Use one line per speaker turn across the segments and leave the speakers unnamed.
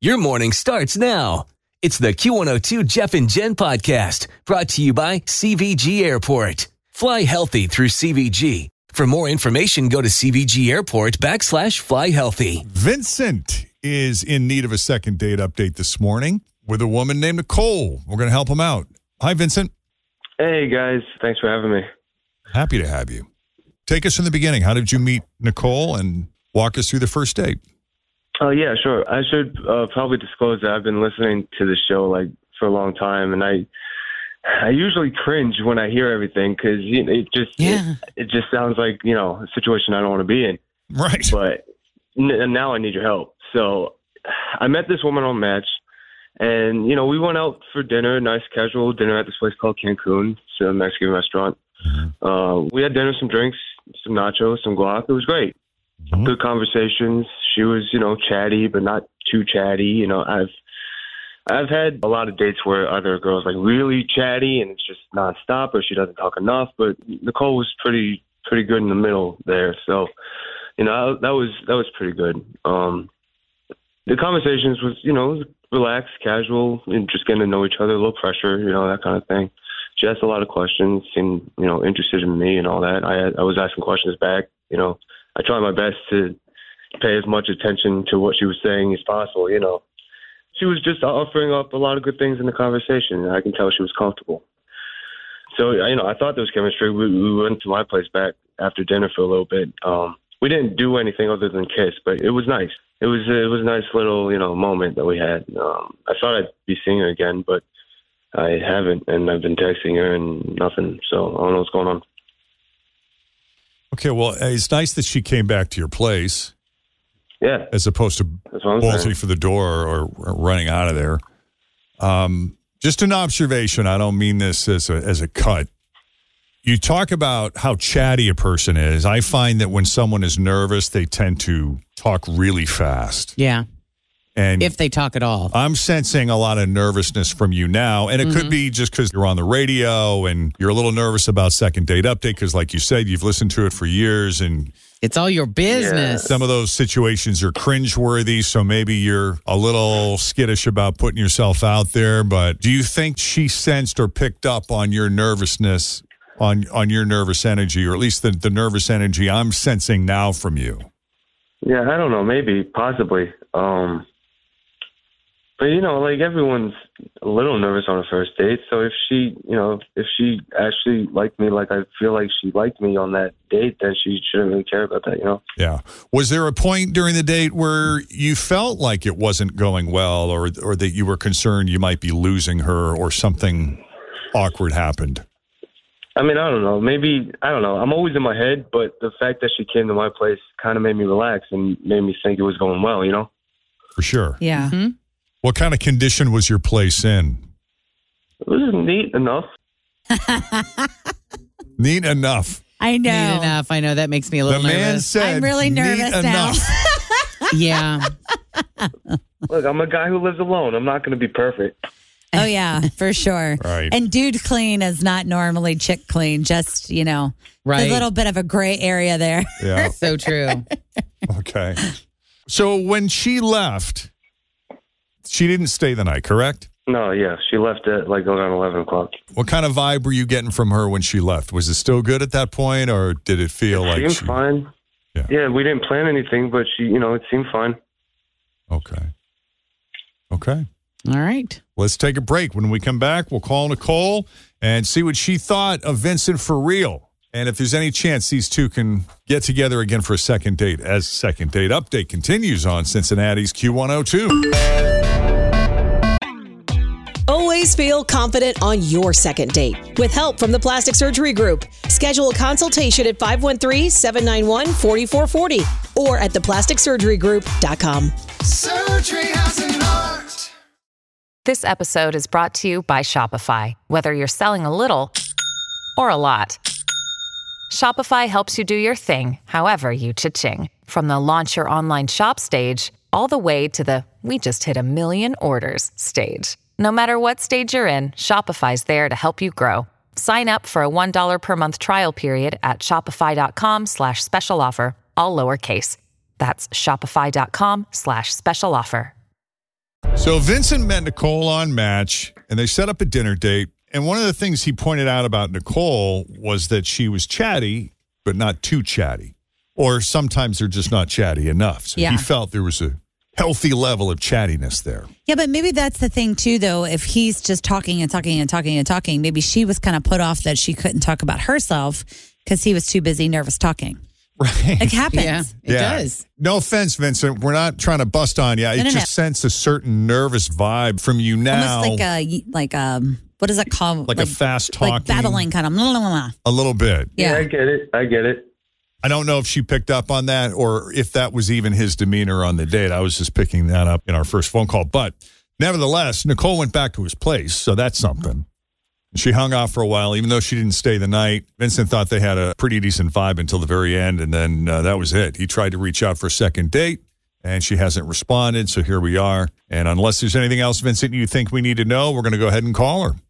Your morning starts now. It's the Q102 Jeff and Jen podcast brought to you by CVG Airport. Fly healthy through CVG. For more information, go to CVG Airport backslash fly healthy.
Vincent is in need of a second date update this morning with a woman named Nicole. We're going to help him out. Hi, Vincent.
Hey guys, thanks for having me.
Happy to have you. Take us from the beginning. How did you meet Nicole and walk us through the first date?
Oh yeah, sure. I should uh, probably disclose that I've been listening to the show like for a long time, and I I usually cringe when I hear everything because you know, it just
Yeah.
it, it just sounds like you know a situation I don't want to be in.
Right.
But n- now I need your help. So I met this woman on Match, and you know we went out for dinner, nice casual dinner at this place called Cancun, it's a Mexican restaurant. Uh, we had dinner, some drinks, some nachos, some guac. It was great.
Mhm.
Good conversations. She was, you know, chatty, but not too chatty. You know, I've I've had a lot of dates where other girls like really chatty and it's just nonstop, or she doesn't talk enough. But Nicole was pretty pretty good in the middle there. So, you know, that was that was pretty good. Um, the conversations was, you know, relaxed, casual, and just getting to know each other, low pressure, you know, that kind of thing she asked a lot of questions, seemed you know interested in me and all that. I I was asking questions back. You know, I tried my best to pay as much attention to what she was saying as possible. You know, she was just offering up a lot of good things in the conversation, and I can tell she was comfortable. So you know, I thought there was chemistry. We, we went to my place back after dinner for a little bit. Um, we didn't do anything other than kiss, but it was nice. It was it was a nice little you know moment that we had. Um, I thought I'd be seeing her again, but I haven't, and I've been texting her and nothing. So I don't know what's going on.
Okay, well, it's nice that she came back to your place
Yeah,
as opposed to
that's what I'm
bolting
saying.
for the door or, or running out of there. Um, just an observation. I don't mean this as a, as a cut. You talk about how chatty a person is. I find that when someone is nervous, they tend to talk really fast.
Yeah,
And
if they talk at all. Mm-hmm.
I'm sensing a lot of nervousness from you now, and it could be just because you're on the radio and you're a little nervous about second date update because, like you said, you've listened to it for years, and
It's all your business.
some of those situations are cringeworthy. So maybe you're a little skittish about putting yourself out there. But do you think she sensed or picked up on your nervousness, on on your nervous energy, or at least the, the nervous energy I'm sensing now from you?
Yeah, I don't know. Maybe, possibly. Um, but you know, like everyone's a little nervous on a first date. So if she, you know, if she actually liked me, like I feel like she liked me on that date, then she shouldn't really care about that. You know.
Yeah. Was there a point during the date where you felt like it wasn't going well or or that you were concerned you might be losing her or something awkward happened?
I mean, I don't know. Maybe I don't know. I'm always in my head, but the fact that she came to my place kind of made me relax and made me think it was going well. You know.
For sure.
Yeah.
What kind of condition was your place in?
It was neat enough.
Neat enough.
I know.
Neat enough. I know that makes me a
The
little
man
nervous.
said
I'm really
"Neat
nervous now."
enough."
yeah.
Look, I'm a guy who lives alone. I'm not going to be perfect.
Oh yeah, for sure.
Right.
And dude clean is not normally chick clean, just, you know,
Right.
a little bit of a gray area there.
Yeah.
So true.
Okay. So when she left, she didn't stay the night, correct?
No, yeah, she left at like around eleven o'clock.
What kind of vibe were you getting from her when she left? Was it still good at that point or did it feel like
seemed
she-
fine.
Yeah.
yeah, we didn't plan anything, but she, you know, it seemed fine.
Okay. Okay.
All right.
Let's take a break. When we come back, we'll call Nicole and see what she thought of Vincent for real. And if there's any chance these two can get together again for a second date, as second date update continues on Cincinnati's Q102.
Always feel confident on your second date with help from the Plastic Surgery Group. Schedule a consultation at 513 791 4440 or at theplasticsurgerygroup.com.
This episode is brought to you by Shopify. Whether you're selling a little or a lot, Shopify helps you do your thing, however you cha-ching. From the launch your online shop stage, all the way to the we just hit a million orders stage. No matter what stage you're in, Shopify's there to help you grow. Sign up for a $1 per month trial period at shopify.com slash special offer, all lowercase. That's shopify.com slash special offer.
So Vincent met Nicole on Match and they set up a dinner date. And one of the things he pointed out about Nicole was that she was chatty, but not too chatty. Or sometimes they're just not chatty enough. So he
Yeah.
felt there was a healthy level of chattiness there.
Yeah, but maybe that's the thing too, though. If he's just talking and talking and talking and talking, maybe she was kind of put off that she couldn't talk about herself because he was too busy, nervous talking.
Right.
It happens.
Yeah, it does.
No offense, Vincent. We're not trying to bust on you. I
no,
just
no.
sense a certain nervous vibe from you now.
Almost like a like um what is that called?
Like a fast talking-
like babbling kind of. blah, blah, blah.
a little bit.
Yeah.
I get it. I get it.
I don't know if she picked up on that or if that was even his demeanor on the date. I was just picking that up in our first phone call. But nevertheless, Nicole went back to his place. So that's something. She hung out for a while, even though she didn't stay the night. Vincent thought they had a pretty decent vibe until the very end. And then uh, that was it. He tried to reach out for a second date and she hasn't responded. So here we are. And unless there's anything else, Vincent, you think we need to know, we're going to go ahead and call her.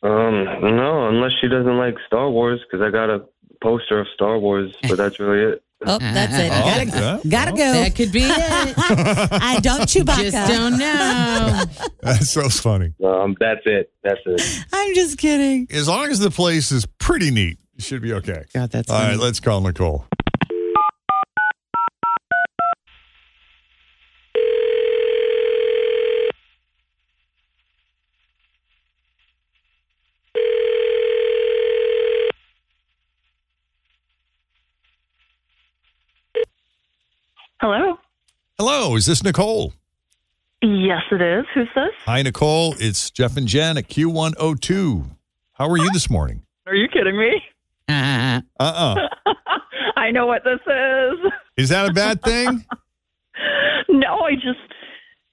Um, no, unless she doesn't like Star Wars, because I got a poster of Star Wars, but that's really it.
Oh, that's it.
Oh,
gotta
yeah.
gotta go.
That could be it.
I don't Chewbacca.
Just don't know.
That's so funny.
Um, that's it. That's it.
I'm just kidding.
As long as the place is pretty neat, it should be okay.
God, that's
All
funny.
right, let's call Nicole.
Hello.
Hello, is this Nicole?
Yes, it is. Who's this?
Hi, Nicole. It's Jeff and Jen at Q102. How are you this morning?
Are you kidding me?
Uh,
Uh uh
I know what this is.
Is that a bad thing?
No, I just,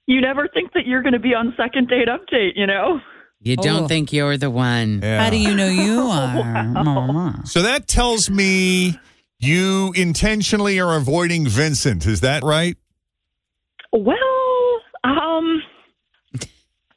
you never think that you're going to be on second date update, you know?
you don't
Oh.
think you're the one.
Yeah.
How do you know you are? Mama?
so that tells me you intentionally are avoiding Vincent. Is that right?
Well, um,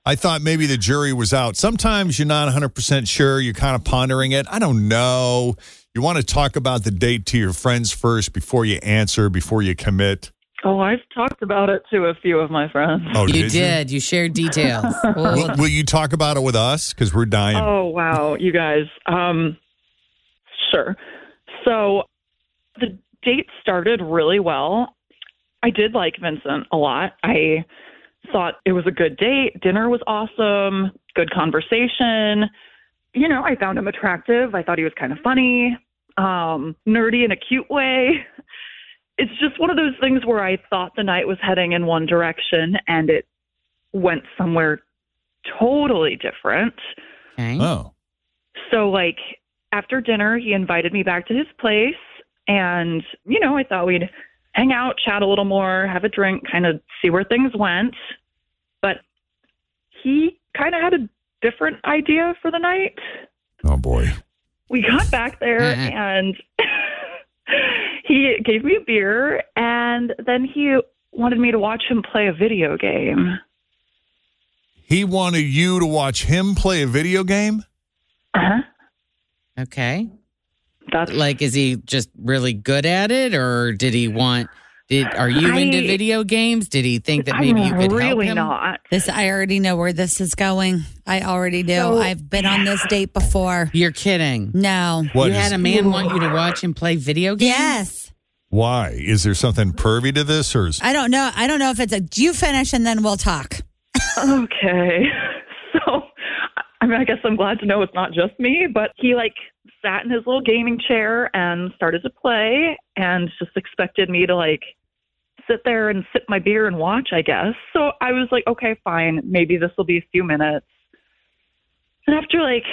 I thought maybe the jury was out. Sometimes you're not 100% sure. You're kind of pondering it. I don't know. You want to talk about the date to your friends first before you answer, before you commit.
oh, I've talked about it to a few of my friends.
Oh,
You
you?
did. You? shared details.
Will, will you talk about it with us? Because we're dying.
Oh, wow, you guys. Um, sure. So the date started really well. I did like Vincent a lot. I thought it was a good date. Dinner was awesome, good conversation. You know, I found him attractive. I thought he was kind of funny, um, nerdy in a cute way. It's just one of those things where I thought the night was heading in one direction and it went somewhere totally different.
Okay.
Oh.
So, like, after dinner, he invited me back to his place. And, you know, I thought we'd hang out, chat a little more, have a drink, kind of see where things went. But he kind of had a different idea for the night.
Oh, boy.
We got back there and he gave me a beer. And then he wanted me to watch him play a video game.
He wanted you to watch him play a video game?
Uh-huh.
Okay.
That's
Like, is he just really good at it, or did he want? Did are you into
I-
video games? Did he think that maybe you
I'm
could help
really
him?
not.
This I already know where this is going. I already do.
So-
I've been on this date before.
You're kidding.
No.
What
you
is-
had a man want you to watch him play video games.
Yes.
Why? Is there something pervy to this or is
I don't know. I don't know if it's a you finish and then we'll talk.
okay. So, I mean, I guess I'm glad to know it's not just me, but he like sat in his little gaming chair and started to play and just expected me to like sit there and sip my beer and watch, I guess. So I was like, okay, fine. Maybe this will be a few minutes. And after like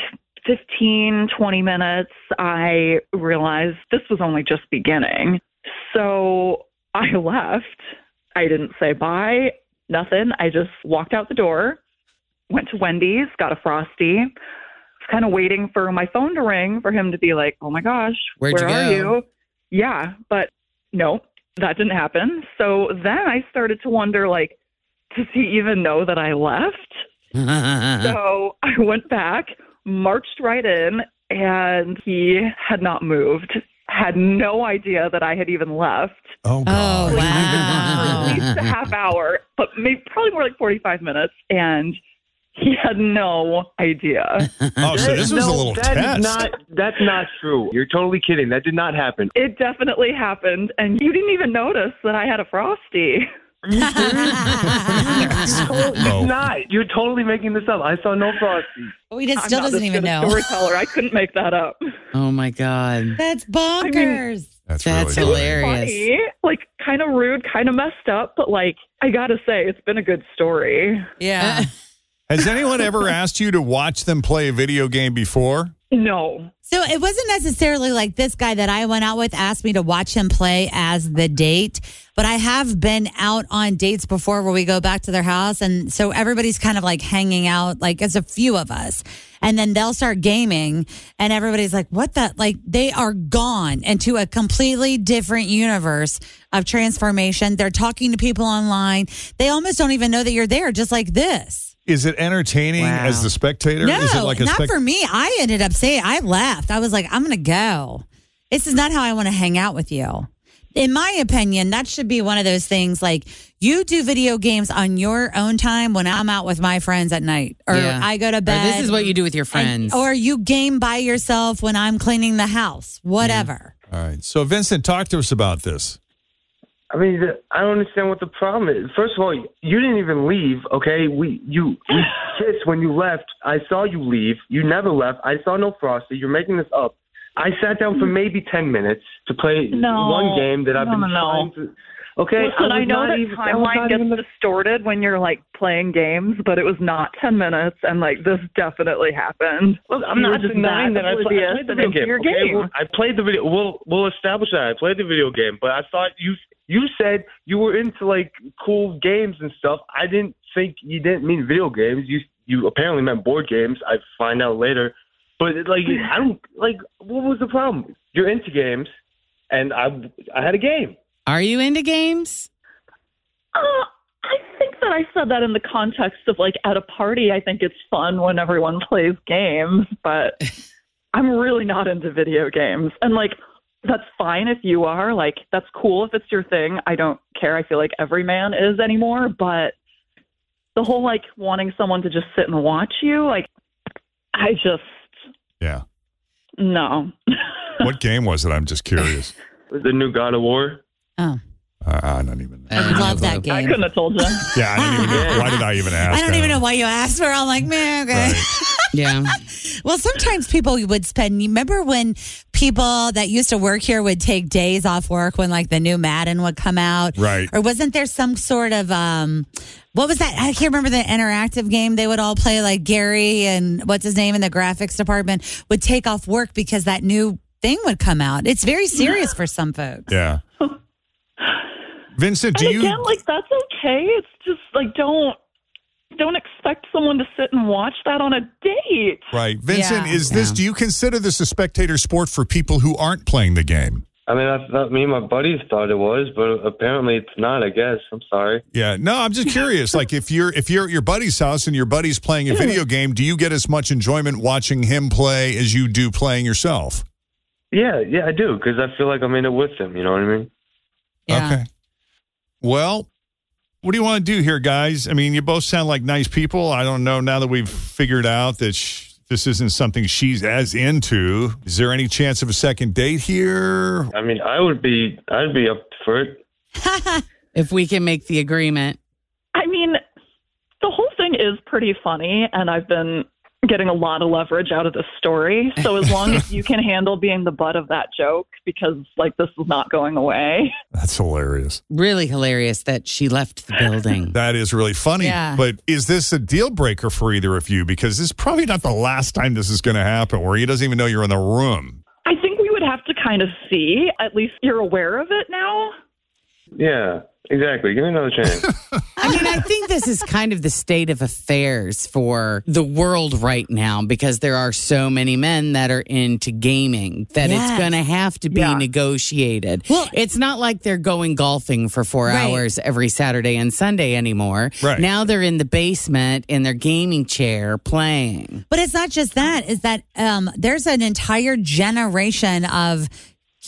15, 20 minutes, I realized this was only just beginning. So I left. I didn't say bye, nothing. I just walked out the door, went to Wendy's, got a Frosty. was kind of waiting for my phone to ring for him to be like, oh my gosh,
Where'd
where
you
are
go?"
you? Yeah, but no, that didn't happen. So then I started to wonder, like, does he even know that I left?
Uh.
so I went back, marched right in, and he had not moved. Had no idea that I had even left.
Oh, God.
At
Oh.
least a half hour, but maybe probably more like forty-five minutes, and he had no idea.
Oh, so this was a
No,
little
that is
test.
not, that's not true. You're totally kidding. That did not happen.
it definitely happened, and you didn't even notice that I had a frosty.
Oh.
Not. You're totally making this up. I saw no frosty.
We just
I'm
Oh, still
not
doesn't
this
even
good a
know.
Storyteller, I couldn't make that up.
oh my god,
That's bonkers.
That's,
that's
really funny.
hilarious.
Funny, like kind of rude, kind of messed up, but like I gotta say, it's been a good story.
yeah.
Has anyone ever asked you to watch them play a video game before?
No,
So it wasn't necessarily like this guy that I went out with asked me to watch him play as the date, but I have been out on dates before where we go back to their house. And so everybody's kind of like hanging out, like it's a few of us. And then they'll start gaming and everybody's like, what the? Like they are gone into a completely different universe of transformation. They're talking to people online. They almost don't even know that you're there, just like this.
Is it entertaining
Wow.
as the spectator?
No,
is it like a
not
spec-
for me. I ended up saying I left. I was like, I'm gonna go. This is not how I want to hang out with you. In my opinion, that should be one of those things like you do video games on your own time when I'm out with my friends at night, or
Yeah.
I go to
Or
bed.
this is what you do with your
and-
friends.
or you game by yourself when I'm cleaning the house, whatever.
All right. So, Vincent, talk to us about this.
I mean, the- I don't understand what the problem is. First of all, you didn't even leave. Okay, we you we kissed when you left. I saw you leave. You never left. I saw no frosty. You're making this up. I sat down for maybe ten minutes to play
No.
one game that I've
No,
been
no, no.
trying to. Okay,
Listen, I,
was
know
not
that
even- was
timeline
not
gets
even the-
distorted when you're like playing games, but it was not 10 minutes, and like this definitely happened.
Look, I'm
You were
not
just
denying
mad
that I, pla- I
oblivious
played the
and
video
into
game.
your
okay?
game.
Well, I played the video. We'll we'll establish that I played the video game. But I thought you you said you were into like cool games and stuff. I didn't think you didn't mean video games. You you apparently meant board games. I find out later. But like I don't like what was the problem? You're into games, and I I had a game.
Are you into games?
Uh, I think that I said that in the context of like at a party. I think it's fun when everyone plays games, but I'm really not into video games. And like, that's fine if you are. Like, that's cool if it's your thing. I don't care. I feel like every man is anymore. But the whole like wanting someone to just sit and watch you, like, I just,
Yeah.
no.
What game was it? I'm just curious.
The new God of War.
Oh,
Uh, I don't even know.
I love that
I
game.
couldn't have told you.
Yeah, I don't even know. Why did I even ask?
I don't even know
know.
why you asked for. it. I'm like, man, okay.
Right.
Yeah.
Well, sometimes people would spend. You remember when people that used to work here would take days off work when like the new Madden would come out,
Right.
Or wasn't there some sort of um, what was that? I can't remember the interactive game they would all play. Like Gary and what's his name in the graphics department would take off work because that new thing would come out. It's very serious for some folks.
Yeah. Vincent, do
and
you?
again, like that's okay. It's just like don't don't expect someone to sit and watch that on a date.
right, Vincent,
Yeah.
is this? Do you consider this a spectator sport for people who aren't playing the game?
I mean, I thought me and my buddies thought it was, but apparently it's not. I guess I'm sorry.
Yeah. No, I'm just curious. like, if you're if you're at your buddy's house and your buddy's playing a video game, do you get as much enjoyment watching him play as you do playing yourself?
Yeah, yeah, I do because I feel like I'm in it with them. You know what I mean?
Yeah.
Okay. Well, what do you want to do here, guys? I mean, you both sound like nice people. I don't know now that we've figured out that sh- this isn't something she's as into. Is there any chance of a second date here?
I mean, I would be, I'd be up for it.
if we can make the agreement.
I mean, the whole thing is pretty funny, and I've been getting a lot of leverage out of this story. So as long as you can handle being the butt of that joke, because like this is not going away.
That's hilarious.
Really hilarious that she left the building.
That is really funny.
Yeah.
But is this a deal breaker for either of you? Because this is probably not the last time this is going to happen where he doesn't even know you're in the room.
I think we would have to kind of see. At least you're aware of it now.
Yeah, exactly. Give me another chance.
I mean, I think this is kind of the state of affairs for the world right now because there are so many men that are into gaming that
Yes.
it's going to have to be
Yeah.
negotiated.
Well-
it's not like they're going golfing for four
Right.
hours every Saturday and Sunday anymore.
Right.
Now they're in the basement in their gaming chair playing.
But it's not just that, is that um, there's an entire generation of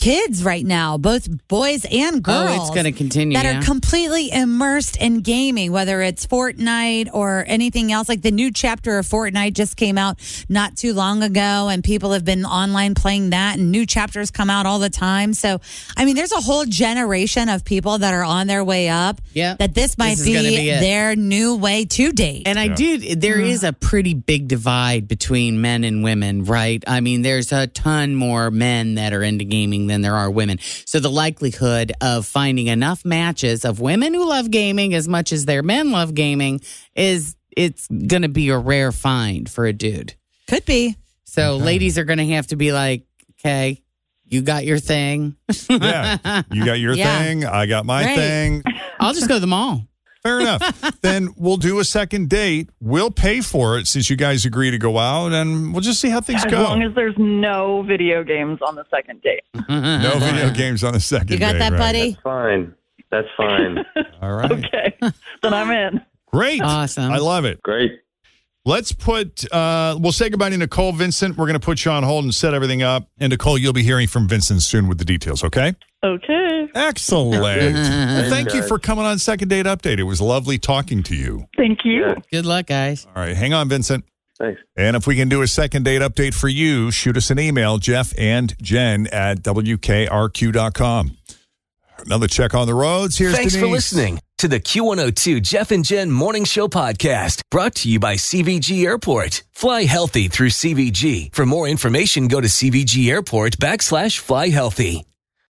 kids right now, both boys and girls.
Oh, it's going to continue.
That
yeah.
are completely immersed in gaming, whether it's Fortnite or anything else. Like the new chapter of Fortnite just came out not too long ago, and people have been online playing that, and new chapters come out all the time. So, I mean, there's a whole generation of people that are on their way up
Yep.
that this might
This is
be,
gonna be it.
their new way to date. Mm.
And I do. There is a pretty big divide between men and women, right? I mean, there's a ton more men that are into gaming than there are women. So the likelihood of finding enough matches of women who love gaming as much as their men love gaming is it's going to be a rare find for a dude.
Could be.
So ladies are going to have to be like, okay, you got your thing.
Yeah. You got your
Yeah.
thing. I got my
Right.
thing.
I'll just go to the mall.
Fair enough. then we'll do a second date. We'll pay for it since you guys agree to go out and we'll just see how things
As
go.
long as there's no video games on the second date.
no video games on the second
Uh-huh. You got
date,
that,
right?
buddy?
fine. That's fine.
All right.
Okay, then I'm in.
Great.
Awesome.
I love it.
Great.
Let's put, uh, we'll say goodbye to Nicole Vincent. We're going to put you on hold and set everything up. And Nicole, you'll be hearing from Vincent soon with the details, okay?
Okay,
Excellent. well, thank you
guys.
for coming on Second Date Update. It was lovely talking to you.
thank you.
Yeah.
Good luck, guys.
All right. Hang on, Vincent.
Thanks.
And if we can do a second date update for you, shoot us an email, Jeff and Jen at WKRQ.com. Another check on the roads. Here's
Thanks
Denise.
for listening to the Q102 Jeff and Jen Morning Show podcast brought to you by CVG Airport. Fly healthy through CVG. For more information, go to CVG Airport backslash fly healthy.